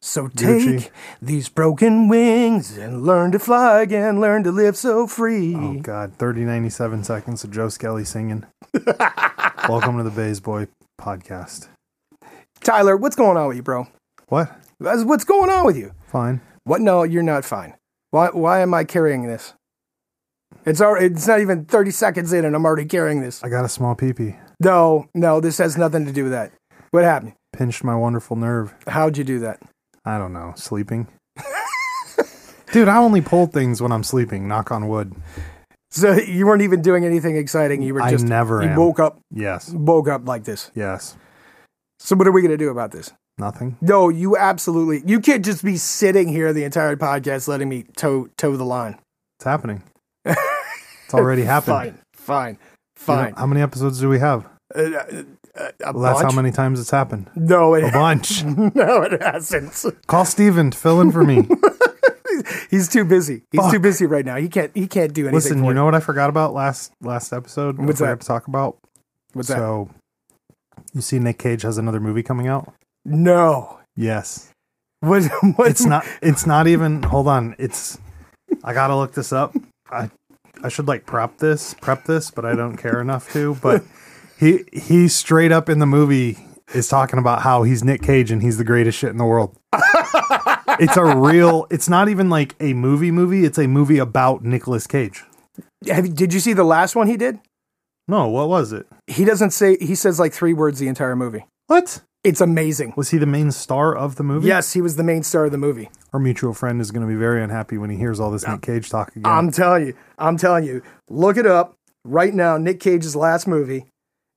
So take Gucci. these broken wings and learn to fly again, learn to live so free. Oh God, 30, 97 seconds of Joe Skelly singing. Welcome to the Bays Boy podcast. Tyler, what's going on with you, bro? What? That's- What's going on with you? Fine. What? No, you're not fine. Why, why am I carrying this? It's already, it's not even 30 seconds in and I'm already carrying this. I got a small pee pee. No, no, this has nothing to do with that. What happened? Pinched my wonderful nerve. How'd you do that? I don't know. Sleeping. Dude, I only pull things when I'm sleeping. Knock on wood. So you weren't even doing anything exciting. You were I just never you am. woke up Yes. woke up like this. Yes. So what are we gonna do about this? Nothing. No, you absolutely you can't just be sitting here the entire podcast letting me toe toe the line. It's happening. It's already happened. Fine, fine, You fine. know, how many episodes do we have? Uh, uh, a Well, that's bunch? how many times it's happened. No, A it bunch. no, it hasn't. Call Steven to fill in for me. He's too busy. He's too Fuck. busy right now. He can't. He can't do anything. Listen, for you it. know what I forgot about last last episode? What's I that? forgot to talk about. what's that? so you see Nick Cage has another movie coming out? No. Yes. What? what It's not it's not even hold on. It's I gotta look this up. I I should like prep this, prep this, but I don't care enough to. But he he straight up in the movie is talking about how he's Nick Cage and he's the greatest shit in the world. it's a real it's not even like a movie movie, it's a movie about Nicolas Cage. Have you- did you see the last one he did? No, what was it? He doesn't say. He says like three words the entire movie. What? It's amazing. Was he the main star of the movie? Yes, he was the main star of the movie. Our mutual friend is going to be very unhappy when he hears all this Nick Cage talk again. I'm telling you. I'm telling you. Look it up right now. Nick Cage's last movie,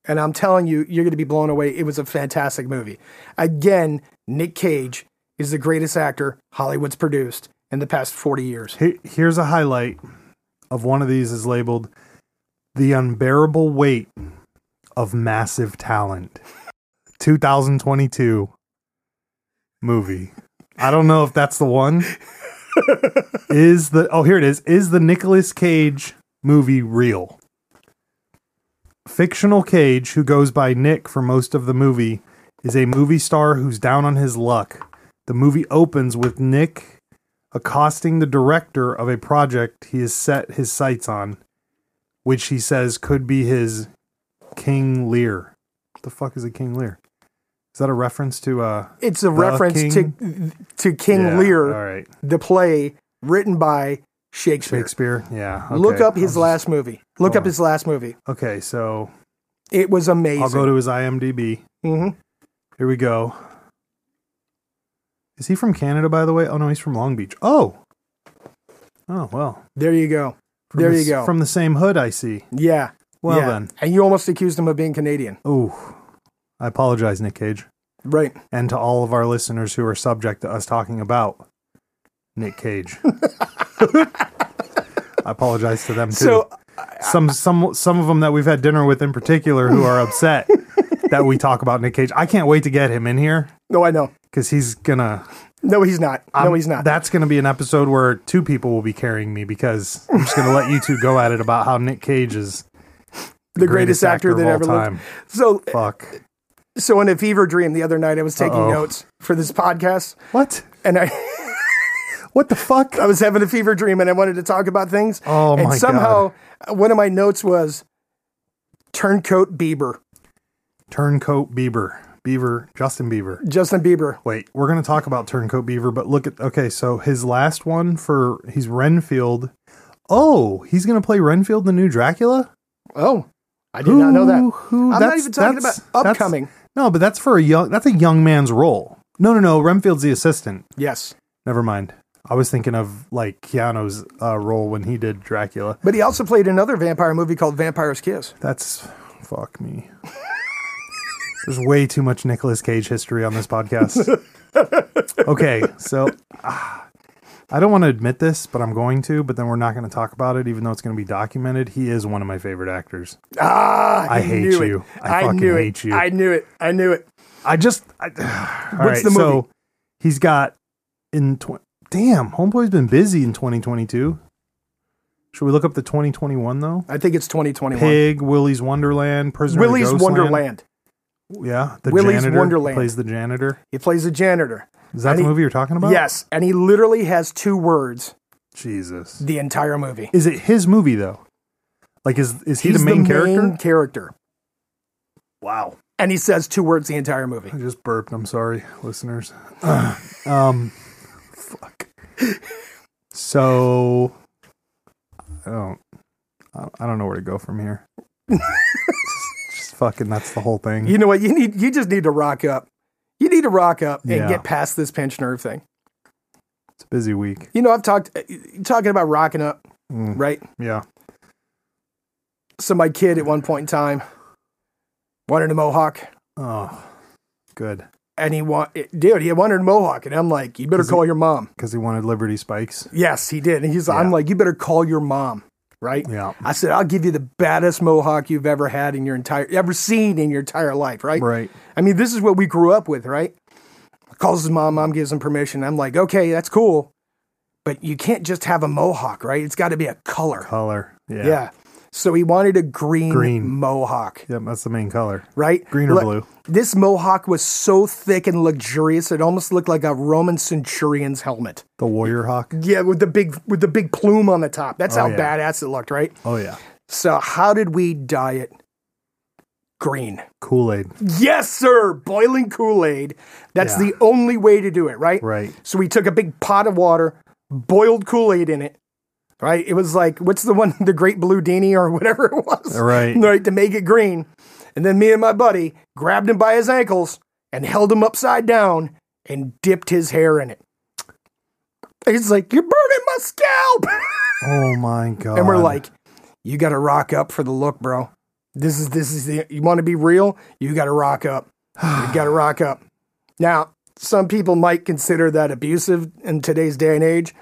and I'm telling you, you're going to be blown away. It was a fantastic movie. Again, Nick Cage is the greatest actor Hollywood's produced in the past 40 years. He- here's a highlight of one of these is labeled The Unbearable Weight of Massive Talent 2022 movie. I don't know if that's the one. is the Oh, here it is. Is the Nicolas Cage movie real? Fictional Cage, who goes by Nick for most of the movie, is a movie star who's down on his luck. The movie opens with Nick accosting the director of a project he has set his sights on, which he says could be his King Lear. What the fuck is a King Lear? Is that a reference to uh It's a reference to to King yeah, Lear, All right. the play written by Shakespeare. Shakespeare. Yeah. Look okay. up his I'll last movie. Look hold up on. his last movie. just- Okay, so It was amazing. I'll go to his IMDb. Mhm. Here we go. Is he from Canada by the way? Oh no, he's from Long Beach. Oh. Oh, well. There you go. From There the you s- go. From the same hood I see. Yeah. Well yeah. then. And you almost accused him of being Canadian. Oh, I apologize, Nick Cage, Right. and to all of our listeners who are subject to us talking about Nick Cage. I apologize to them too. So uh, some some some of them that we've had dinner with in particular who are upset that we talk about Nick Cage. I can't wait to get him in here no, I know. because he's gonna. No, he's not. no, I'm- he's not. That's gonna be an episode where two people will be carrying me because I'm just gonna let you two go at it about how Nick Cage is the greatest, actor, that of ever all lived. time. So, Fuck. so in a fever dream the other night, I was taking Uh-oh. notes for this podcast, What? and I, What the fuck? I was having a fever dream, and I wanted to talk about things. Oh and my god. somehow, uh, one of my notes was turncoat Bieber, Turncoat Bieber. Beaver, Justin Bieber. Justin Bieber. Wait, we're going to talk about Turncoat Beaver, but look at okay, so his last one for he's Renfield. Oh, he's going to play Renfield the new Dracula? Oh, I did not know Who- that. Who, I'm not that's- even talking about that's- that's- upcoming. No, but that's for a young that's a young man's role. No, no, no, Renfield's the assistant. Yes, Never mind. I was thinking of like Keanu's uh, role when he did Dracula. but he also played another vampire movie called Vampire's Kiss. That's fuck me. There's way too much Nicolas Cage history on this podcast. okay, so ah, I don't want to admit this, but I'm going to, but then we're not going to talk about it, even though it's going to be documented. He is one of my favorite actors. Ah, I hate knew you. It. I fucking knew hate it. you. I knew it. I knew it. I just. I, all right, the movie? So he's got in. Tw- Damn, Homeboy's been busy in 2022. Should we look up the 2021 though? I think it's 2021. Pig, Willy's Wonderland, Prisoner. of Willy's Ghostland. Wonderland. Yeah, the Willy's janitor Wonderland. plays the janitor. He plays a janitor. Is that And the he- movie you're talking about? Yes, and he literally has two words Jesus. the entire movie. Is it his movie though? Like is is he the He's main character? main character, Wow. and he says two words the entire movie. I just burped. I'm sorry, listeners. um, fuck. So, I don't, I I don't know where to go from here. just, just fucking, that's the whole thing. You know what? You need you just need to rock up. You need to rock up and Yeah. get past this pinched nerve thing. It's a busy week. You know, I've talked uh, talking about rocking up, Mm, right? yeah. So my kid at one point in time wanted a mohawk, Oh, good. and he want dude, he wanted a mohawk, and I'm like, you better Is he- call your mom. Because he wanted Liberty Spikes. Yes, he did, and he's I'm Yeah. like, you better call your mom, right? Yeah. I said, I'll give you the baddest mohawk you've ever had in your entire, ever seen in your entire life, right? Right. I mean, this is what we grew up with, right? Calls his mom, mom gives him permission. I'm like, okay, that's cool. But you can't just have a mohawk, right? It's got to be a color. Color. Yeah. Yeah. So he wanted a green, Green. mohawk, Yep, that's the main color. right? Green or Look, blue. This mohawk was so thick and luxurious, it almost looked like a Roman centurion's helmet. The warrior hawk. Yeah, with the big with the big plume on the top. That's Oh, how yeah. badass it looked, right? Oh, yeah. So how did we dye it green? Kool Aid. Yes, sir. Boiling Kool Aid. That's Yeah. the only way to do it, right? Right. So we took a big pot of water, boiled Kool Aid in it. Right? It was like what's the one, the Great Blue Dini or whatever it was. Right. Right to make it green. And then me and my buddy grabbed him by his ankles and held him upside down and dipped his hair in it. He's like, "You're burning my scalp." Oh, my God. and we're like, "You got to rock up for the look, bro. This is this is the you want to be real. You got to rock up. You got to rock up." Now, some people might consider that abusive in today's day and age,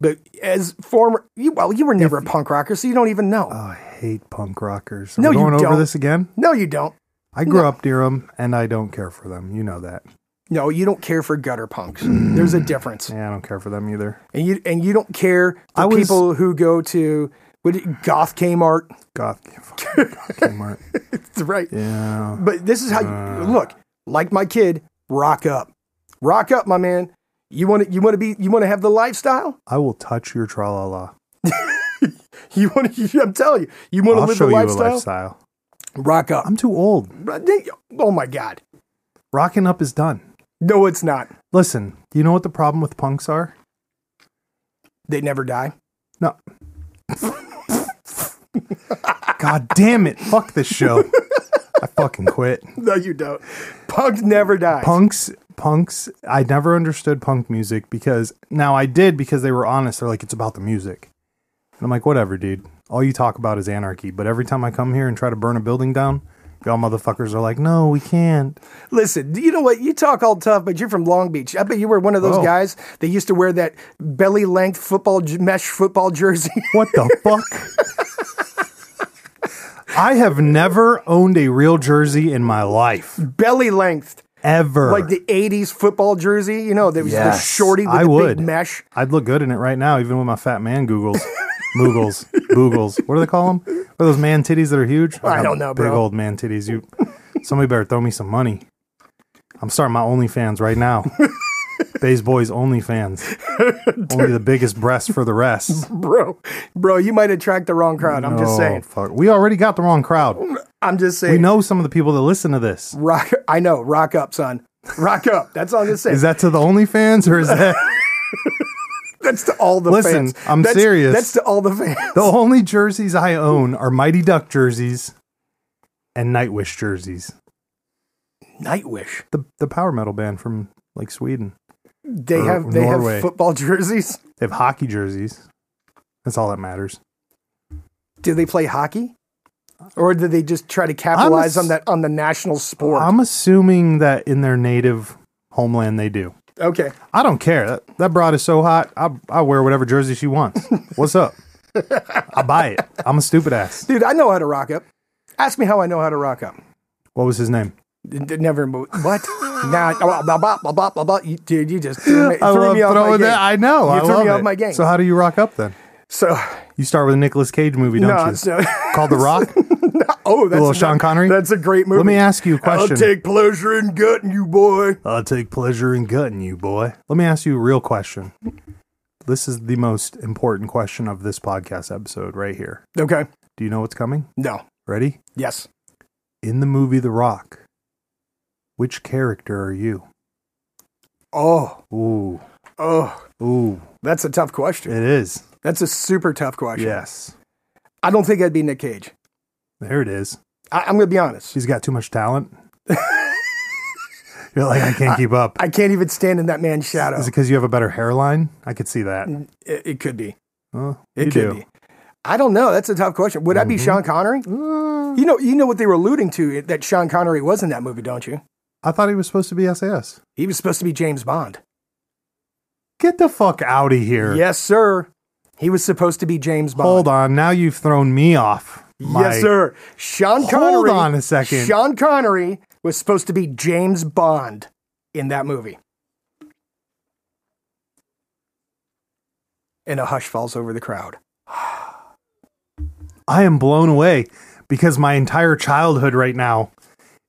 but as former, you, well, you were never a punk rocker, so you don't even know. oh, I hate punk rockers. Are No, we you going over don't. this again? no, you don't. I grew up near them, and I don't care for them. You know that. No, you don't care for gutter punks. There's a difference, Mm. Yeah, I don't care for them either. and you and you don't care for I was- people who go to what do you- goth Kmart. Goth, fucking Goth Kmart. That's right. Yeah, But this is how Uh. you look. Like my kid, rock up, rock up, my man. You want to you want to be you want to have the lifestyle. I will touch your tra la la. You want to. I'm telling you, you want to I'll live show the you lifestyle. a lifestyle. Rock up. I'm too old. Oh my god. Rocking up is done. No, it's not. Listen, do you know what the problem with punks are? They never die. No. God damn it! Fuck this show. I fucking quit. No, you don't. Punk never dies. punks punks i never understood punk music because now i did because they were honest they're like it's about the music and i'm like whatever dude all you talk about is anarchy but every time i come here and try to burn a building down y'all motherfuckers are like no we can't Listen, you know what? You talk all tough, but you're from Long Beach. I bet you were one of those Oh. guys that used to wear that belly length football j- mesh football jersey. what the fuck i have never owned a real jersey in my life belly length, ever like the '80s football jersey. You know, that was the Yes. shorty with I the would. big mesh. I'd look good in it right now, even with my fat man googles, moogles, boogles. What do they call them? What are those man titties that are huge? I got don't know, Big bro. old man titties. You, somebody better throw me some money. I'm starting my OnlyFans right now. Bays boys OnlyFans. Only the biggest breasts for the rest. bro, bro, you might attract the wrong crowd. I'm just Oh, saying. Oh fuck. We already got the wrong crowd. I'm just saying. We know some of the people that listen to this. Rock. I know. Rock up, son. Rock up. That's all I'm gonna say. Is that to the OnlyFans or is that that's to all the Listen, fans. I'm That's- serious. That's to all the fans. the only jerseys I own are Mighty Duck jerseys and Nightwish jerseys? Nightwish. the the power metal band from like Sweden. They Or have they Norway. have football jerseys. They have hockey jerseys. That's all that matters. Do they play hockey? Or do they just try to capitalize s- on that on the national sport? I'm assuming that in their native homeland they do. okay. I don't care. That, that broad is so hot. I I wear whatever jersey she wants. What's up? I buy it. I'm a stupid ass. Dude, I know how to rock up. Ask me how I know how to rock up. What was his name? It- it Never mo- what? oh, now blah, blah, blah, blah, blah, blah, blah. You- dude, you just threw me, I threw me off my game. that. I know. I You threw love me off it. my game. So how do you rock up then? so You start with a Nicolas Cage movie, don't no, you? so Called The Rock. Oh, that's little a- Sean Connery? That's a great movie. Let me ask you a question. I'll take pleasure in gutting you, boy. I'll take pleasure in gutting you, boy. Let me ask you a real question. This is the most important question of this podcast episode right here. Okay. Do you know what's coming? No. Ready? Yes. In the movie The Rock, which character are you? Oh. Ooh, Oh. ooh, That's a tough question. it is. That's a super tough question. Yes, I don't think I'd be Nick Cage. there it is. I, I'm gonna be honest. She's got too much talent. You're like, I can't keep up. I can't even stand in that man's shadow. Is it because you have a better hairline? I could see that. It, it could be. Well, It you could do. be. I don't know. That's a tough question. Would I be Sean Connery? Uh, You know, you know what they were alluding to that Sean Connery was in that movie, don't you? I thought he was supposed to be SAS. He was supposed to be James Bond. Get the fuck out of here. Yes, sir. He was supposed to be James Bond. Hold on. Now you've thrown me off. my- Yes, sir. Sean Connery. on a second. Sean Connery was supposed to be James Bond in that movie. And a hush falls over the crowd. I am blown away because my entire childhood right now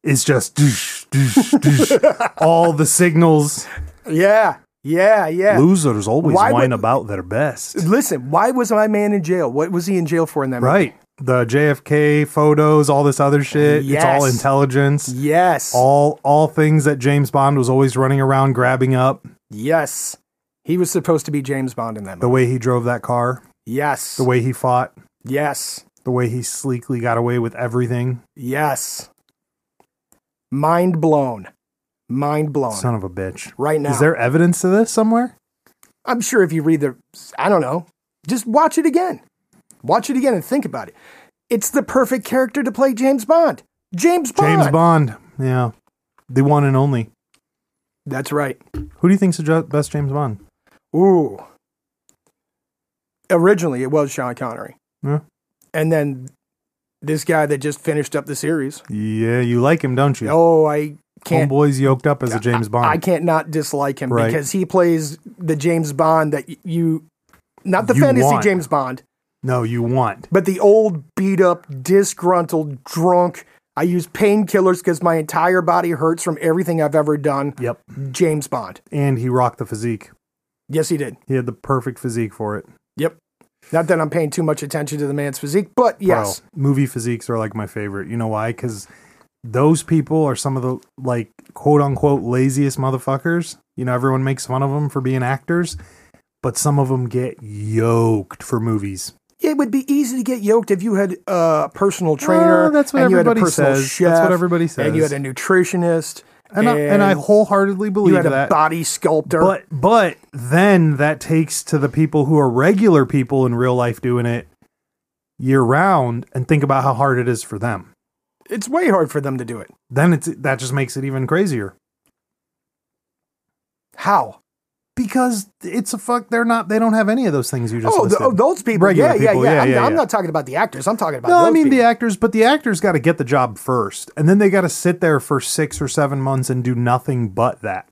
is just doosh, doosh, doosh. all the signals. Yeah, yeah, yeah. Losers always Why would- whine about their best. Listen, why was my man in jail? What was he in jail for in that Right. The JFK photos, all this other shit. It's all Yes. intelligence. movie? Yes. All all things that James Bond was always running around grabbing up. Yes. He was supposed to be James Bond in that The movie. way he drove that car, Yes. the way he fought, Yes. the way he sleekly got away with everything. Yes. Mind blown. Mind blown. Son of a bitch. right now. Is there evidence to this somewhere? I'm sure if you read the, I don't know, just watch it again. Watch it again and think about it. It's the perfect character to play James Bond. James Bond. James Bond. Yeah. The one and only. That's right. Who do you think's the jo- best James Bond? Ooh. Originally, it was Sean Connery. Yeah. And then this guy that just finished up the series. Yeah, you like him, don't you? Oh, I can't. Homeboy's yoked up as a James Bond. I can't not dislike him Right. because he plays the James Bond that y- you, not the You fantasy want. James Bond, no, you want. but the old beat up, disgruntled, drunk. I use painkillers because my entire body hurts from everything I've ever done. Yep. James Bond. And he rocked the physique. Yes, he did. He had the perfect physique for it. Yep. Not that I'm paying too much attention to the man's physique, but Bro, yes. movie physiques are like my favorite. You know why? Because those people are some of the like quote unquote laziest motherfuckers. You know, everyone makes fun of them for being actors, but some of them get yoked for movies. It would be easy to get yoked if you had a personal Ah, trainer. that's what and you had a everybody personal says. That's what everybody And you says. had a nutritionist. And, I, and I wholeheartedly you believe had a that. body sculptor. But but then that takes to the people who are regular people in real life doing it year round and think about how hard it is for them. it's way hard for them to do it. Then it's that just makes it even crazier How? because it's a fuck. They're not. They don't have any of those things you just. Oh, th- listed. oh, those people. Regular Yeah, yeah, people. yeah. Yeah, I'm, yeah, I'm yeah. not talking about the actors. I'm talking about. no, those I mean people. the actors, but the actors got to get the job first, and then they got to sit there for six or seven months and do nothing but that.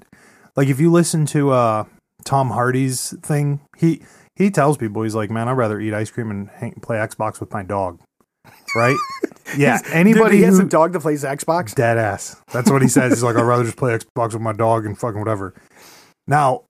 Like if you listen to uh, Tom Hardy's thing, he he tells people he's like, "Man, I'd rather eat ice cream and hang, play Xbox with my dog." Right? yeah. Dude, Anybody he has who a dog that plays Xbox. dead ass. That's what he says. He's like, "I'd rather just play Xbox with my dog and fucking whatever." Now,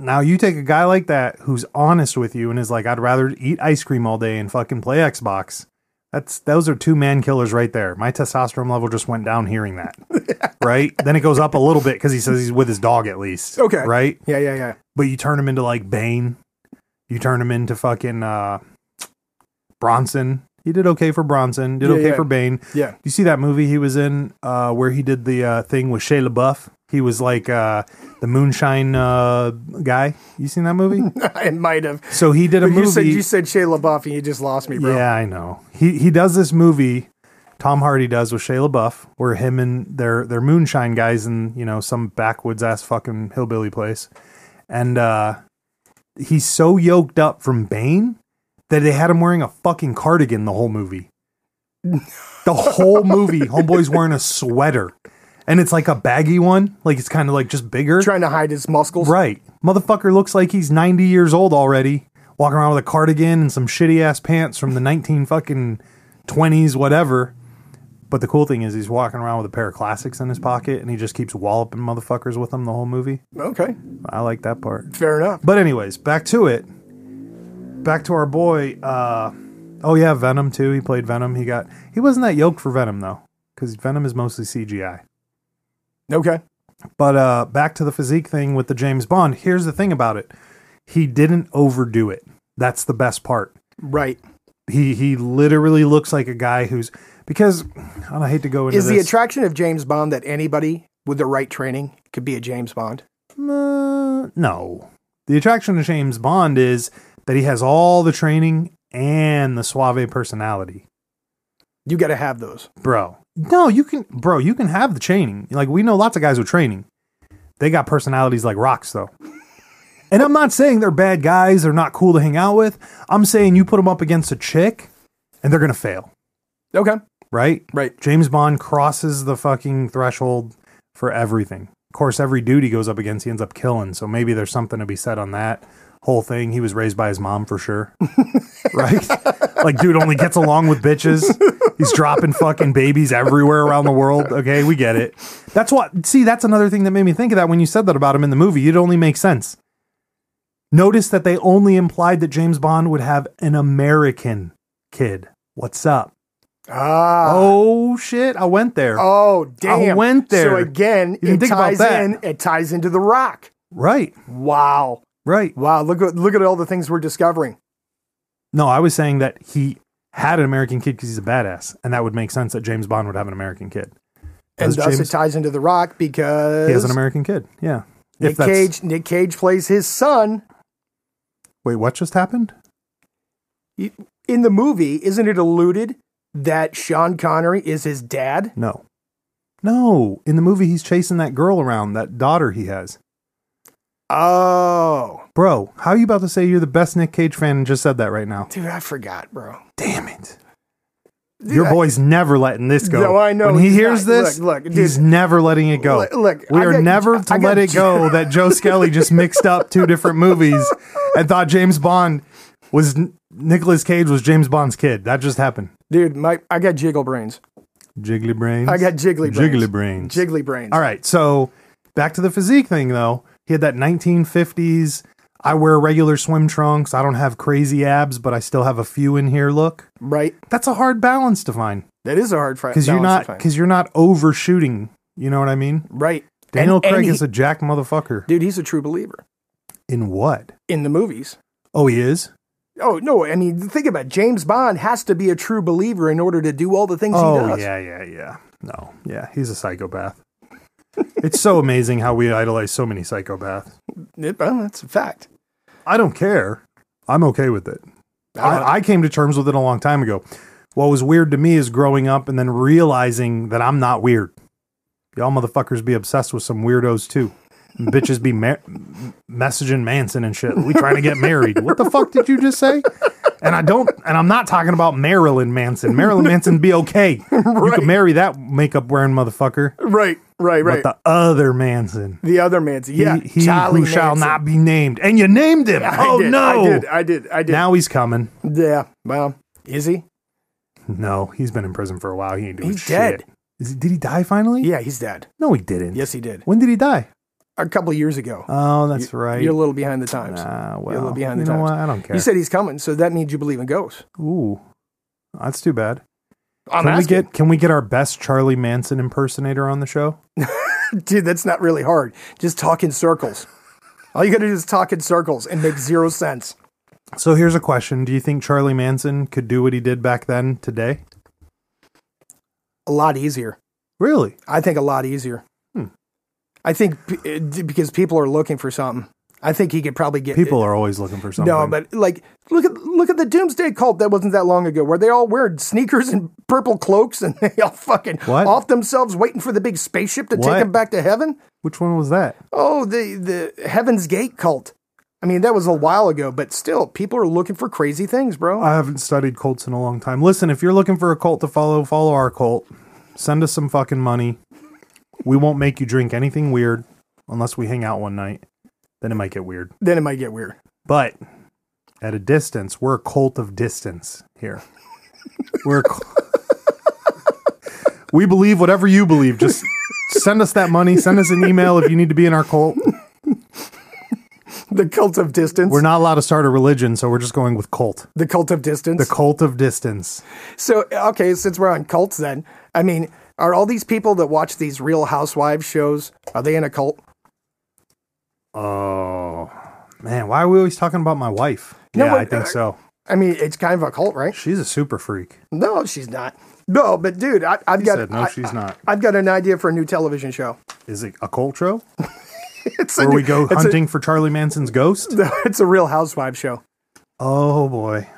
now you take a guy like that who's honest with you and is like, "I'd rather eat ice cream all day and fucking play Xbox." That's those are two man killers right there. My testosterone level just went down hearing that. right? Then it goes up a little bit cuz he says he's with his dog at least. Okay. Right? Yeah, yeah, yeah. But you turn him into like Bane. You turn him into fucking uh Bronson. He did okay for Bronson, did Yeah, okay yeah. for Bane. Yeah. You see that movie he was in uh, where he did the uh, thing with Shia LaBeouf? He was like uh, the moonshine uh, guy. You seen that movie? I might have. so he did a But movie. you said you said Shia LaBeouf and you just lost me, bro. yeah, I know. He he does this movie. Tom Hardy does with Shia LaBeouf, where him and their their moonshine guys in you know some backwoods ass fucking hillbilly place, and uh, he's so yoked up from Bane that they had him wearing a fucking cardigan the whole movie. The whole movie, homeboy's wearing a sweater, and it's like a baggy one, like it's kind of like just bigger. Trying to hide his muscles. Right. Motherfucker looks like he's 90 years old already, walking around with a cardigan and some shitty ass pants from the 19 fucking 20s, whatever. But the cool thing is he's walking around with a pair of classics in his pocket and he just keeps walloping motherfuckers with them the whole movie. Okay, I like that part. fair enough. But anyways, back to it. Back to our boy. Uh, oh yeah, Venom too. He played Venom. He got. He wasn't that yoked for Venom though, because Venom is mostly CGI. Okay, But uh, back to the physique thing with the James Bond. Here's the thing about it. He didn't overdo it. That's the best part. right. He he literally looks like a guy who's because and I hate to go into Is the this. attraction of James Bond that anybody with the right training could be a James Bond? Uh, no. The attraction to James Bond is that he has all the training and the suave personality. You got to have those. bro. No, you can, bro. You can have the training. Like we know lots of guys with training. They got personalities like rocks, though. And I'm not saying they're bad guys. They're not cool to hang out with. I'm saying you put them up against a chick, and they're gonna fail, Okay, right? right. James Bond crosses the fucking threshold for everything. Of course, every dude he goes up against, he ends up killing. So maybe there's something to be said on that whole thing. He was raised by his mom for sure. right? Like, dude only gets along with bitches. He's dropping fucking babies everywhere around the world. Okay, we get it. That's what, see, that's another thing that made me think of that when you said that about him in the movie. It only makes sense. Notice that they only implied that James Bond would have an American kid. What's up? Ah. Oh shit! I went there. Oh damn! went there. So again, You didn't it think about ties that. in. It ties into the Rock. Right, Wow! right. Wow! Look at look at all the things we're discovering. No, I was saying that he had an American kid because he's a badass, and that would make sense that James Bond would have an American kid. And Does thus James- it ties into the Rock because He has an American kid. Yeah. Nick that's- Cage. Nick Cage plays his son Wait, what just happened? in the movie. Isn't it alluded that Sean Connery is his dad? No. No, in the movie he's chasing that girl around, that daughter he has. Oh, Bro, how are you about to say you're the best Nick Cage fan and just said that right now? dude, I forgot, bro. Damn it. Your I- boy's never letting this go. No, I know When he he's hears not. this, Look, look, he's never letting it go. Look- look, we I are got- never to I got- let it go that Joe Skelly just mixed up two different movies and thought James Bond was Nicholas Cage was James Bond's kid. That just happened. Dude, my I got jiggle brains. Jiggly brains. I got jiggly brains. Jiggly brains. Jiggly brains. All right, so back to the physique thing though. He had that 1950s. I wear regular swim trunks. I don't have crazy abs, but I still have a few in here. Look, right. that's a hard balance to find. That is a hard fight because you're not because you're not overshooting. You know what I mean? right. Daniel And- and Craig he- is a jack motherfucker. dude. He's a true believer In what? in the movies. Oh, he is. Oh no! I mean, think about it. James Bond has to be a true believer in order to do all the things he Oh does. yeah, yeah, yeah. No, yeah, he's a psychopath. it's so amazing how we idolize so many psychopaths. It- well, that's a fact. I don't care. I'm okay with it. Uh, I, I came to terms with it a long time ago. What was weird to me is growing up and then realizing that I'm not weird. Y'all motherfuckers be obsessed with some weirdos too. And bitches be ma- m- messaging Manson and shit. We trying to get married. What the fuck did you just say? And I don't. And I'm not talking about Marilyn Manson. Marilyn Manson be okay. You Right. can marry that makeup wearing motherfucker. right, right, right. But the other Manson, The other man's yeah, he, he Charlie who shall Manson. not be named, and you named him. I oh did, no! I did, I did, I did. Now he's coming. yeah, well, is he? No, he's been in prison for a while. He ain't doing He's shit. dead. Is he, did he die finally? Yeah, he's dead. No, he didn't. Yes, he did When did he die? a couple years ago. Oh, that's right. You're a little behind the times. ah, well, you're a little behind you the know times. what? I don't care. You said he's coming, so that means you believe in ghosts. Ooh, that's too bad. I'm can asking. we get can we get our best Charlie Manson impersonator on the show? Dude, that's not really hard. Just talk in circles. All you gotta do is talk in circles and make zero sense. So here's a question: Do you think Charlie Manson could do what he did back then today? A lot easier. Really? I think a lot easier. Hmm. I think p- uh, d- because people are looking for something. I think he could probably get People are always looking for something. No, but like look at look at the Doomsday Cult that wasn't that long ago, where they all wear sneakers and purple cloaks and they all fucking What? off themselves, waiting for the big spaceship to What? take them back to heaven. which one was that? Oh, the the Heaven's Gate cult. I mean, that was a while ago, but still, people are looking for crazy things, bro. I haven't studied cults in a long time. Listen, if you're looking for a cult to follow, follow our cult. Send us some fucking money. We won't make you drink anything weird unless we hang out one night. Then it might get weird. then it might get weird. But at a distance, we're a cult of distance here. We're a cult, We believe whatever you believe. Just send us that money. Send us an email if you need to be in our cult. The cult of distance. We're not allowed to start a religion, so we're just going with cult. the cult of distance. The cult of distance. So okay, since we're on cults, then I mean, are all these people that watch these Real Housewives shows are they in a cult? Oh man, why are we always talking about my wife? No, yeah, but- I think so. I mean, it's kind of a cult, right? She's a super freak. No, she's not. No, but dude, I, I've got said, no, I, she's not. I've got an idea for a new television show. Is it a cult show? It's a Where we new- go it's a- hunting for Charlie Manson's ghost? It's a Real Housewives show. Oh boy.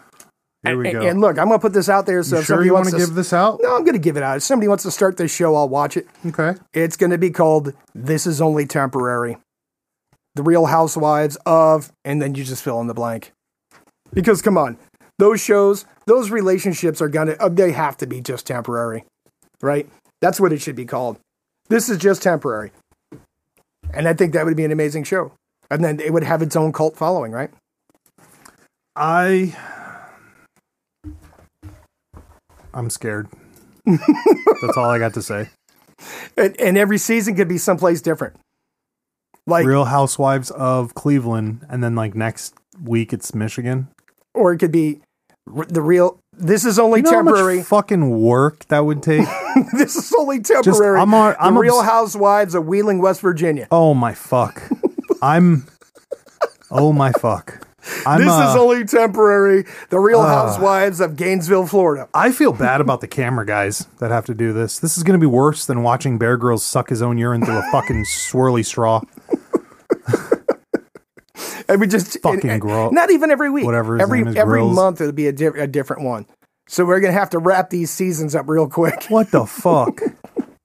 Here we And, go. and look, I'm gonna put this out there. So you if sure somebody you want wants to give this out? no, I'm gonna give it out. If somebody wants to start this show, I'll watch it. Okay. It's gonna be called "This Is Only Temporary," the Real Housewives of, and then you just fill in the blank. Because come on, those shows, those relationships are gonna, uh, they have to be just temporary, right? That's what it should be called. This is just temporary, and I think that would be an amazing show. And then it would have its own cult following, right? I I'm scared. That's all I got to say. And, and every season could be someplace different. Like, Real Housewives of Cleveland and then like next week it's Michigan. or it could be r- the real. This is only You know how much temporary. fucking work that would take? this is only temporary. I'm on- I'm the Real obs- Housewives of Wheeling, West Virginia. Oh my fuck. I'm Oh my fuck. I'm Ah. this uh, is only temporary. The Real Housewives of Gainesville, Florida. I feel bad about the camera guys that have to do this. This is going to be worse than watching Bear Grylls suck his own urine through a fucking swirly straw. And we just Fucking and- and Gro- Not even every week. whatever his every name is, every Grills. month it'll be a, di- a different one. So we're gonna have to wrap these seasons up real quick. What the fuck?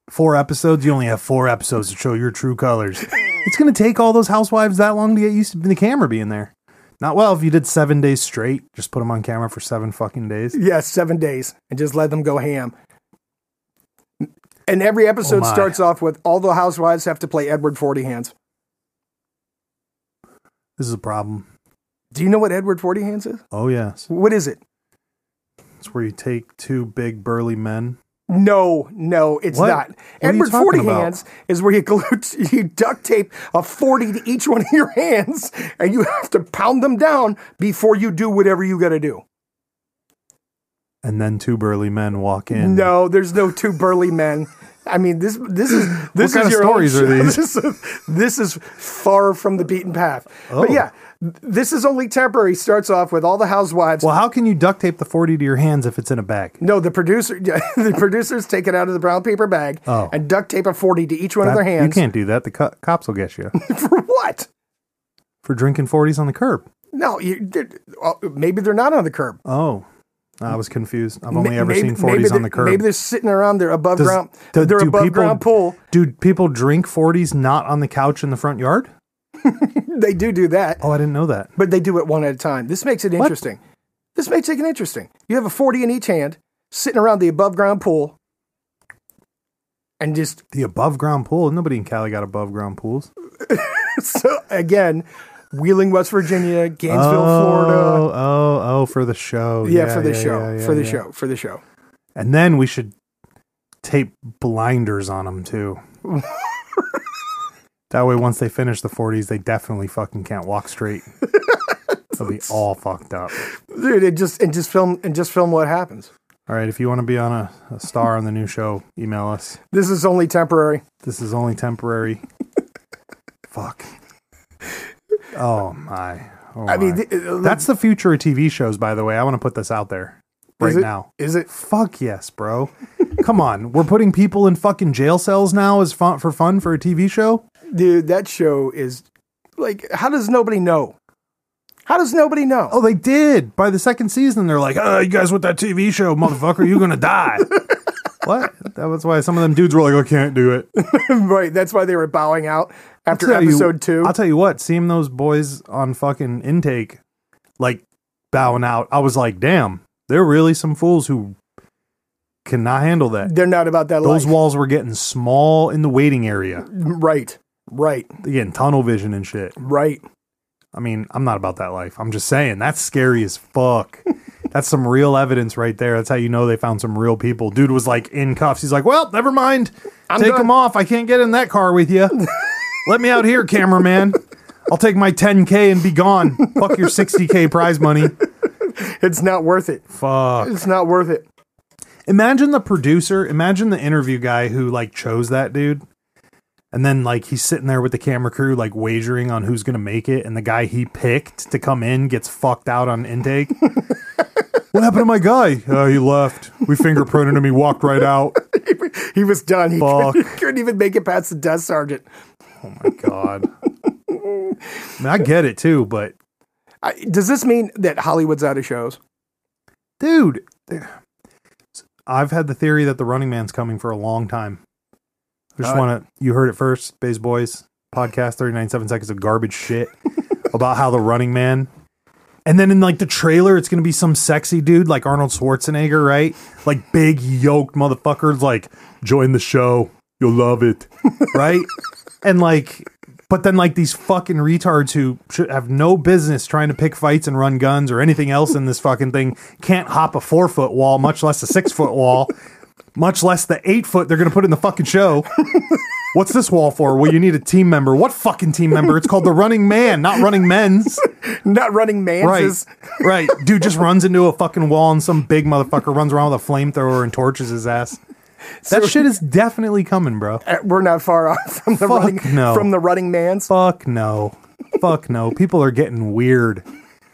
Four episodes? You only have four episodes to show your true colors. It's going to take all those housewives that long to get used to the camera being there. Not well if you did seven days straight. Just put them on camera for seven fucking days. Yeah, seven days, and just let them go ham. And every Oh, episode my. starts off with all the housewives have to play Edward Forty Hands. This is a problem. Do you know what Edward Forty Hands is? Oh, yes. What is it? It's where you take two big burly men. No, no, it's What? not. What are you Edward talking Forty about? Hands is where you glue, you duct tape a forty to each one of your hands, and you have to pound them down before you do whatever you got to do. And then two burly men walk in. No, there's no two burly men. I mean this this is this kind is of your own stories are show. these? This is, this is far from the beaten path. But Oh. yeah, this is only temporary. Starts off with all the housewives. Well, how can you duct tape the 40 to your hands if it's in a bag? No, the producer the producers take it out of the brown paper bag Oh. and duct tape a forty to each one of That- their hands. You can't do that. The co- cops will get you For what? for drinking 40s on the curb. No, you, they're- uh, maybe they're not on the curb. Oh, I was confused. I've Ma- only ever maybe- seen 40s maybe on the they're- Maybe curb. they're sitting around their above Does- ground, do- their do above people- ground pool. Do people drink 40s not on the couch in the front yard? They do do that, Oh, I didn't know that. but they do it one at a time. This makes it interesting. This makes it interesting. You have a forty in each hand, sitting around the above ground pool, and just The above ground pool. Nobody in Cali got above ground pools. so again, Wheeling, West Virginia, Gainesville, Florida. Oh, oh, oh, for the show. Yeah, for the show, yeah, yeah, for the yeah. show, for the show. And then we should tape blinders on them too. that way, once they finish the 40s, they definitely fucking can't walk straight. They'll be all fucked up. Dude, and just and just film and just film what happens. All right, if you want to be on a, a star on the new show, email us. This is only temporary. This is only temporary. Fuck. Oh my. Oh I mean, my. th- uh, that's that's the future of TV shows, by the way. I want to put this out there right it- now. is it Fuck yes, bro. Come on, we're putting people in fucking jail cells now as fun for fun for a TV show. Dude, that show is like, how does nobody know? How does nobody know? Oh, they did. By the second season, they're like, "Oh, you guys with that TV show, motherfucker, you're gonna die." what? That was why some of them dudes were like, "I can't do it." right. That's why they were bowing out after tell you- episode two. I'll tell you what, seeing those boys on fucking intake, like bowing out, I was like, damn, they're really some fools who cannot handle that. They're not about that Those life. walls were getting small in the waiting area. right. Right. They're getting tunnel vision and shit. Right. I mean, I'm not about that life. I'm just saying that's scary as fuck. That's some real evidence right there. That's how you know they found some real people. Dude was like in cuffs. He's like, well, never mind. I'm take done." them off. I can't get in that car with you. Let me out here, cameraman. I'll take my 10K and be gone. Fuck your 60K prize money. It's not worth it. Fuck. It's not worth it. Imagine the producer, imagine the interview guy who like chose that dude. And then like he's sitting there with the camera crew like wagering on who's going to make it and the guy he picked to come in gets fucked out on intake. what happened to my guy? Uh, he left. We fingerprinted him. He walked right out. He was done. He Fuck. couldn't, couldn't even make it past the desk sergeant. My god. I, mean, I get it too, but I, does this mean that Hollywood's out of shows? dude, I've had the theory that the running man's coming for a long time. I just Uh, want to, you heard it first, Bays Boys podcast, 39.7 seconds of garbage shit about how the running man. And then in like the trailer, it's going to be some sexy dude like Arnold Schwarzenegger, right? Like big yoked motherfuckers, like, join the show. You'll love it. Right. and like, but then like these fucking retards who should have no business trying to pick fights and run guns or anything else in this fucking thing can't hop a four foot wall, much less a six foot wall, much less the eight foot they're going to put in the fucking show. What's this wall for? Well, you need a team member. What fucking team member? It's called the running man, not running men's. Not running Right. Manses. Right. Dude just runs into a fucking wall and some big motherfucker runs around with a flamethrower and torches his ass. That shit is definitely coming, bro. Uh, We're not far off from the Fuck running no. from the running man's. Fuck no. Fuck no. People are getting weird.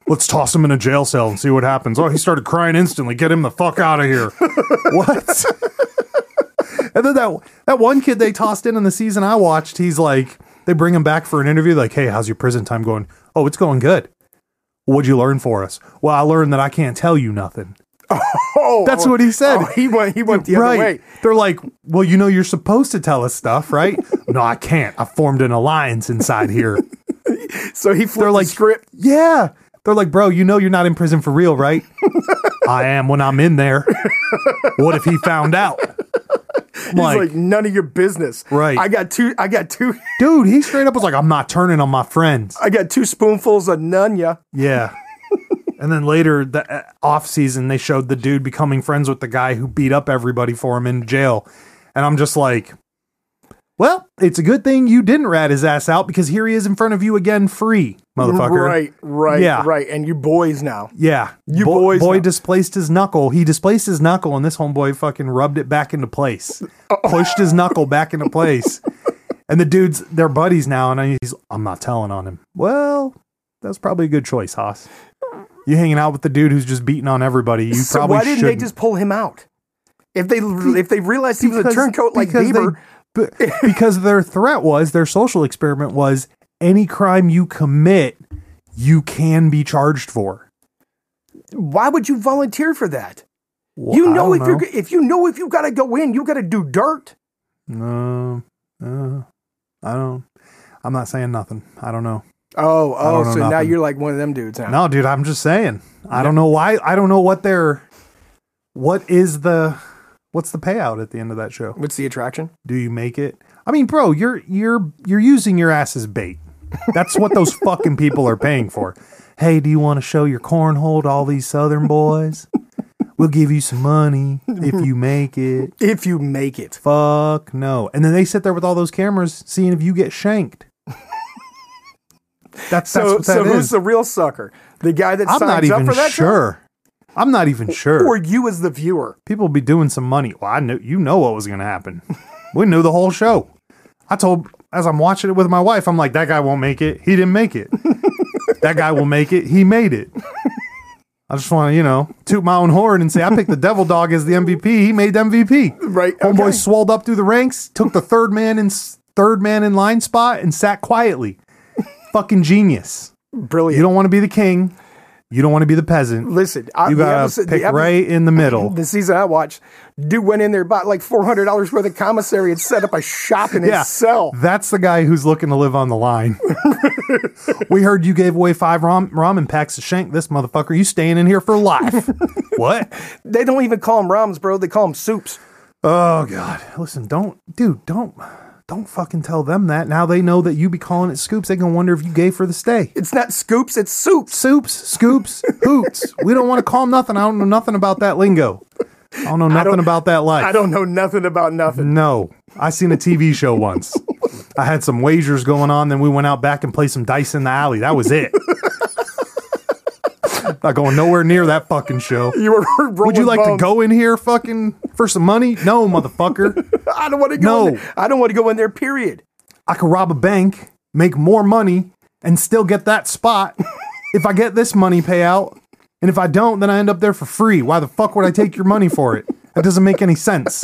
Let's toss him in a jail cell and see what happens. Oh, he started crying instantly. Get him the fuck out of here. what? and then that that one kid they tossed in in the season I watched, he's like, they bring him back for an interview. Like, hey, how's your prison time going? Oh, it's going good. What'd you learn for us? Well, I learned that I can't tell you nothing. Oh, That's what he said. oh, he went. He went the other way. They're like, well, you know, you're supposed to tell us stuff, right? no, I can't. I formed an alliance inside here. So he flipped They're like- the script. Yeah. They're like, bro, you know you're not in prison for real, right? I am when I'm in there. What if he found out? I'm He's like, like, none of your business. Right. I got two. I got two. dude, he straight up was like, I'm not turning on my friends. I got two spoonfuls of nunya. Yeah. and then later, the uh, off season, they showed the dude becoming friends with the guy who beat up everybody for him in jail. And I'm just like, well, it's a good thing you didn't rat his ass out because here he is in front of you again, free, motherfucker. Right. Right. Yeah. Right. And you boys now. Yeah. You Bo- boys Boy know. displaced his knuckle. He displaced his knuckle, and this homeboy fucking rubbed it back into place. Pushed his knuckle back into place. And the dude's, they're buddies now, and he's, I'm not telling on him. Well, that's probably a good choice, Haas. You hanging out with the dude who's just beating on everybody. You So probably why didn't shouldn't. they just pull him out? If they if they realized he was a Because- turncoat like because they- Bieber, b- because their threat was, their social experiment was any crime you commit, you can be charged for. why would you volunteer for that? Well, you I know don't if you're if you know if you got to go in, you got to do dirt. No, no, I don't. I'm not saying nothing. I don't know. Oh, oh, don't know so now nothing. you're like one of them dudes now. No, dude, I'm just saying. I don't know why. I don't know what their. What is the? What's the payout at the end of that show? What's the attraction? Do you make it? I mean, bro, you're you're you're using your ass as bait. That's what those fucking people are paying for. Hey, do you want to show your cornhole to all these southern boys? We'll give you some money if you make it. If you make it, Fuck no. And then they sit there with all those cameras seeing if you get shanked. That's, that's so what so that who's is. the real sucker? The guy that I'm signs not up even for that job? sure. I'm not even sure. or you as the viewer? People be doing some money. Well, I knew you know what was going to happen. we knew the whole show. I told as I'm watching it with my wife, I'm like, that guy won't make it. He didn't make it. that guy will make it. He made it. I just want to, you know, toot my own horn and say I picked the devil dog as the MVP. He made the MVP. Right, Homeboy okay. swolled up through the ranks, took the third man in third man in line spot, and sat quietly. Fucking genius. You Brilliant. don't want to be the king. You don't want to be the peasant. Listen, I, You the gotta episode- the pick epi- right in the middle. The season I watched, dude went in there, bought like four hundred dollars worth of commissary, and set up a shop in Yeah. his cell. That's the guy who's looking to live on the line. we heard you gave away five ram- ramen packs to Shank. This motherfucker, you staying in here for life. what? They don't even call them rums, bro. They call them soups. Oh God! Listen, don't, dude, don't, Don't fucking tell them that. Now they know that you be calling it scoops. They gonna wonder if you gay for the stay. It's not scoops, it's soups. Soups, scoops, hoots. We don't want to call 'em nothing. I don't know nothing about that lingo. I don't know nothing about that life. I don't know nothing about nothing. No, I seen a TV show once. I had some wagers going on, then we went out back and played some dice in the alley. That was it. Not going nowhere near that fucking show. You were rolling Would you like bones. to go in here fucking for some money? No, motherfucker. I don't want to go. In No. there. I don't want to go in there. Period. I could rob a bank, make more money, and still get that spot if I get this money payout. And if I don't, then I end up there for free. Why the fuck would I take your money for it? That doesn't make any sense.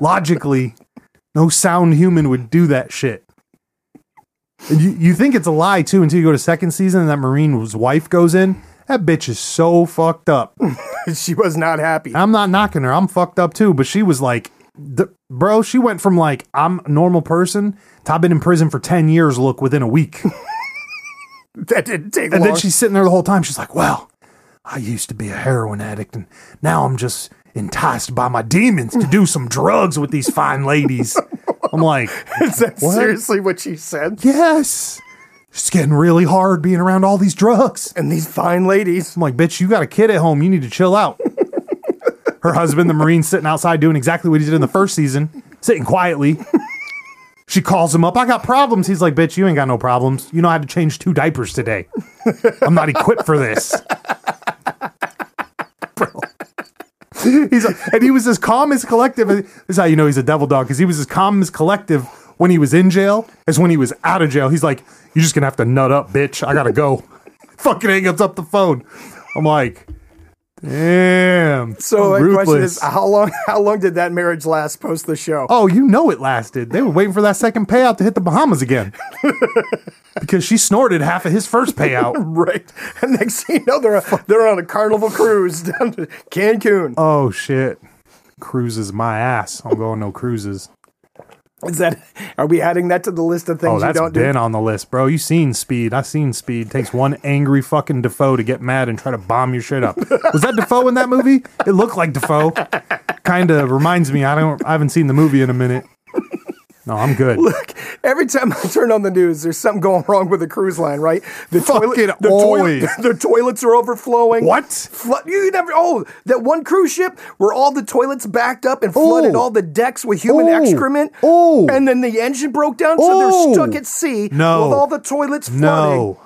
Logically, no sound human would do that shit. And you, you think it's a lie too until you go to second season and that Marine's wife goes in. That bitch is so fucked up. she was not happy. I'm not knocking her. I'm fucked up too. But she was like, th- bro, she went from like, I'm a normal person to I've been in prison for 10 years, look, within a week. That didn't take And long. then she's sitting there the whole time. She's like, well, I used to be a heroin addict and now I'm just enticed by my demons to do some drugs with these fine ladies. I'm like, Is that seriously what she said? yes, it's getting really hard being around all these drugs. And these fine ladies. I'm like, bitch, you got a kid at home. You need to chill out. Her husband, the Marine, sitting outside doing exactly what he did in the first season, sitting quietly. She calls him up. I got problems. He's like, bitch, you ain't got no problems. You know, I had to change two diapers today. I'm not equipped for this. Bro. He's like, and he was as calm as collective. This is how you know he's a devil dog because he was as calm as collective when he was in jail as when he was out of jail. He's like, you're just gonna have to nut up, bitch. I gotta go. Fucking hangs up the phone. I'm like, damn. So my question ruthless. is, how long? How long did that marriage last post the show? Oh, you know it lasted. They were waiting for that second payout to hit the Bahamas again because she snorted half of his first payout. Right. And next thing you know, they're they're on a carnival cruise down to Cancun. Oh shit. Cruises my ass. I'm going no cruises. Is that? Are we adding that to the list of Oh, things you that's don't been do? on the list, bro. You seen Speed? I seen Speed. Takes one angry fucking Defoe to get mad and try to bomb your shit up. Was that Defoe in that movie? It looked like Defoe. Kind of reminds me. I don't. I haven't seen the movie in a minute. No, I'm good. Look, every time I turn on the news, there's something going wrong with the cruise line, right? The Fucking the always. toilet, the toilets are overflowing. What? Flo- you never. Oh, that one cruise ship where all the toilets backed up and flooded Oh. all the decks with human Oh. excrement. Oh. and then the engine broke down, Oh. so they're stuck at sea No. with all the toilets flooding. No,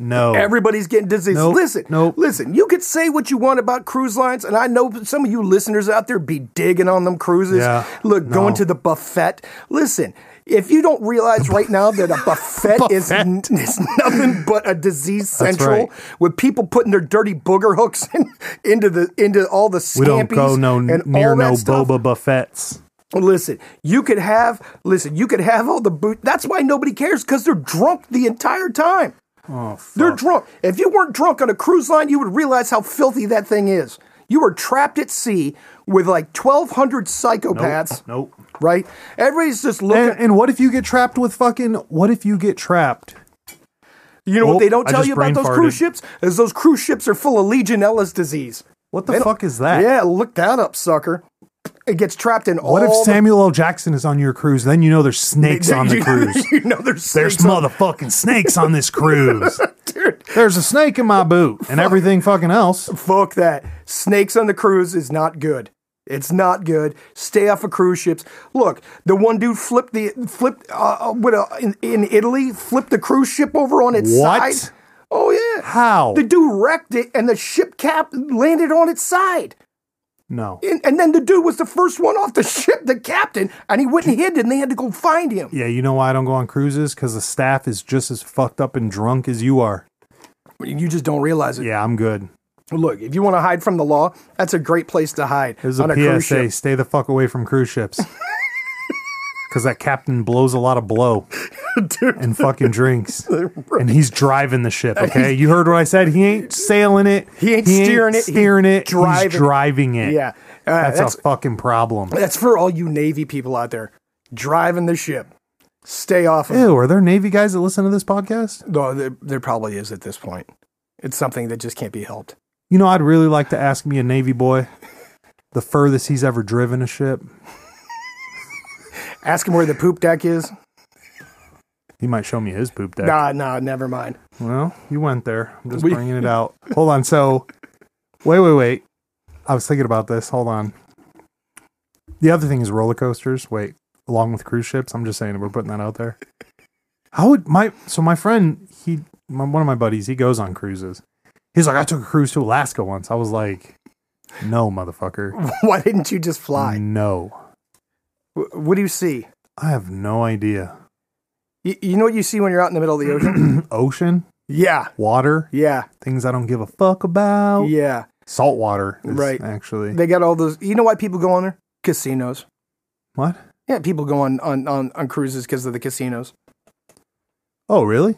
no. Everybody's getting diseases. Nope. Listen, Nope. listen. You could say what you want about cruise lines, and I know some of you listeners out there be digging on them cruises. Yeah. Look, No. going to the buffet. Listen, if you don't realize right now that a buffet, Is, n- is nothing but a disease central right. with people putting their dirty booger hooks in, into the into all the scampies we don't go no and near all that no stuff. boba buffets. Listen, you could have listen, you could have all the boot. That's why nobody cares because they're drunk the entire time. Oh, They're drunk. If you weren't drunk on a cruise line, you would realize how filthy that thing is. You were trapped at sea with like 1,200 psychopaths, Nope. right? Everybody's just looking. And, and what if you get trapped with fucking? What if you get trapped? you know Oh, what they don't I tell just you about brain those cruise farted. ships? Is those cruise ships are full of Legionella's disease. What the fuck is that? Yeah, look that up, sucker. It gets trapped in all What if the- Samuel L. Jackson is on your cruise? Then you know there's snakes on the You- cruise. you know there's There's snakes on- motherfucking snakes on this cruise. Dude. There's a snake in my boot and everything fucking else. Fuck that. Snakes on the cruise is not good. It's not good. Stay off of cruise ships. Look, the one dude flipped the flipped uh, with a, in, in Italy flipped the cruise ship over on its What? side. Oh yeah. How? The dude wrecked it, and the ship cap landed on its side. No. And, and then the dude was the first one off the ship, the captain, and he went and hid, and they had to go find him. Yeah, you know why I don't go on cruises? Because the staff is just as fucked up and drunk as you are. You just don't realize it. Yeah, I'm good. Look, if you want to hide from the law, that's a great place to hide There's on a, a cruise ship. PSA stay the fuck away from cruise ships. Because that captain blows a lot of blow and fucking drinks. And he's driving the ship, okay? You heard what I said? He ain't sailing it. He ain't steering it, he steering it. driving it. He's driving it. Yeah, Uh, That's, that's a fucking problem. That's for all you Navy people out there driving the ship. Stay off of it. Ew, are there Navy guys that listen to this podcast? No, there, there probably is at this point. It's something that just can't be helped. You know, I'd really like to ask me a Navy boy the furthest he's ever driven a ship. Ask him where the poop deck is. He might show me his poop deck. Nah, nah, never mind. Well, you went there. I'm just We- bringing it out. Hold on. So, wait, wait, wait. I was thinking about this. Hold on. The other thing is roller coasters. Wait, along with cruise ships. I'm just saying we're putting that out there. How would my so my friend he my, one of my buddies he goes on cruises. He's like, I took a cruise to Alaska once. I was like, no, motherfucker, Why didn't you just fly? no. Mm. W- What do you see? I have no idea. You, you know what you see when you're out in the middle of the ocean? Ocean, yeah, water, yeah, things I don't give a fuck about. yeah. Salt water, is Right. Actually, They got all those. You know why people go on there? Casinos. what? Yeah, people go on on on, on cruises because of the casinos. Oh, really?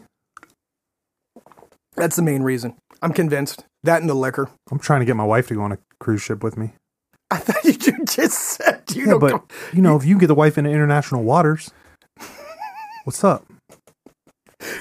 That's the main reason. I'm convinced that and the liquor. I'm trying to get my wife to go on a cruise ship with me. I thought you just said you Yeah, don't but go- you know, if you get the wife into international waters, what's up?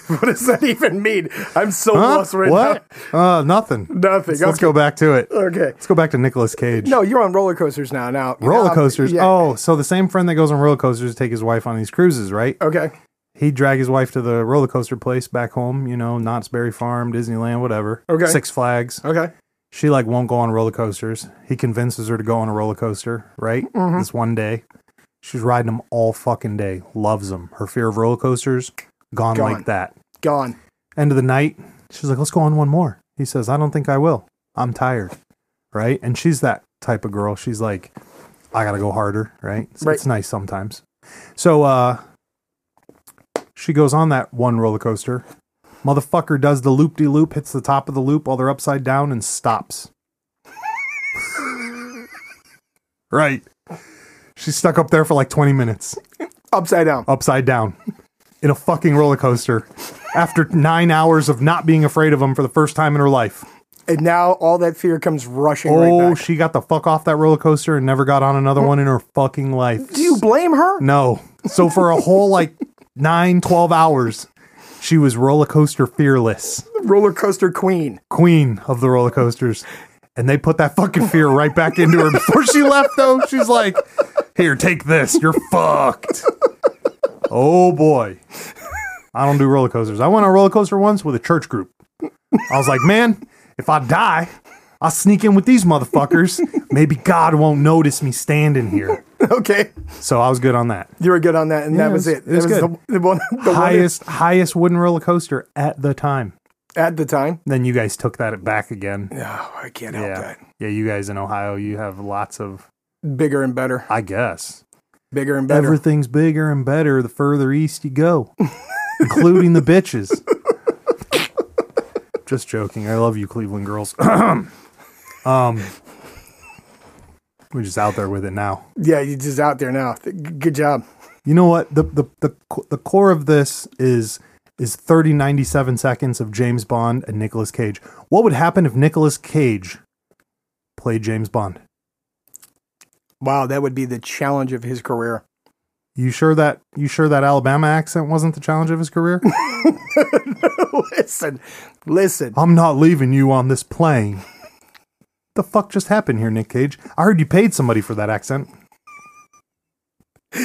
What does that even mean? I'm so Huh? lost right what? Uh, nothing. now. Nothing. So let's go back to it. okay. okay. Let's go back to Nicolas Cage. No, you're on roller coasters now. Now you know, roller I'm- coasters. yeah. Oh, so the same friend that goes on roller coasters to take his wife on these cruises, right? Okay. He'd drag his wife to the roller coaster place back home. You know, Knott's Berry Farm, Disneyland, whatever. Okay. Six Flags. Okay. She like won't go on roller coasters. He convinces her to go on a roller coaster, right? This one day. She's riding them all fucking day. Loves them. Her fear of roller coasters gone, Gone. like that. Gone. End of the night, she's like, "Let's go on one more." He says, "I don't think I will. I'm tired." Right? And she's that type of girl. She's like, "I got to go harder," right? So Right. It's nice sometimes. So uh she goes on that one roller coaster. Motherfucker does the loop de loop, hits the top of the loop while they're upside down and stops. right. She's stuck up there for like 20 minutes, Upside down. upside down, in a fucking roller coaster after nine hours of not being afraid of them for the first time in her life. And now all that fear comes rushing Oh, right back. she got the fuck off that roller coaster and never got on another one in her fucking life. Do you blame her? No. So for a whole like nine, 12 hours, she was roller coaster fearless, Roller coaster queen. queen of the roller coasters. And they put that fucking fear right back into her before she left, though. She's like, here, take this. You're fucked. Oh boy. I don't do roller coasters. I went on a roller coaster once with a church group. I was like, man, if I die, I'll sneak in with these motherfuckers. Maybe God won't notice me standing here. Okay. So I was good on that. You were good on that, and Yeah, that was it. it was- it was that good. The, the one, the one highest highest wooden roller coaster at the time. at the time. Then you guys took that back again. Oh, I can't help Yeah, that. yeah. You guys in Ohio, you have lots of. Bigger and better. I guess Bigger and better. everything's bigger and better the further east you go, including the bitches. Just joking. I love you, Cleveland girls. um, we're just out there with it now. yeah, you're just out there now. Th- Good job. You know what? The the the co- the core of this is is 30 97 seconds of James Bond and Nicolas Cage. What would happen if Nicolas Cage played James Bond? Wow, that would be the challenge of his career. You sure that you sure that Alabama accent wasn't the challenge of his career? listen, listen. I'm not leaving you on this plane. The fuck just happened here, Nick Cage? I heard you paid somebody for that accent.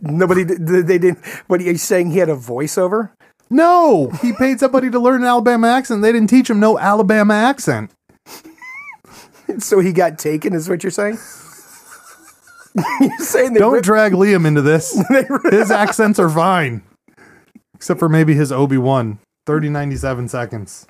Nobody, they didn't. What are you saying? He had a voiceover? No, he paid somebody to learn an Alabama accent. They didn't teach him no Alabama accent. So he got taken, is what you're saying? you're saying they Don't ripped- drag Liam into this. they ripped- His accents are fine. Except for maybe his Obi Wan. 30, 97 seconds.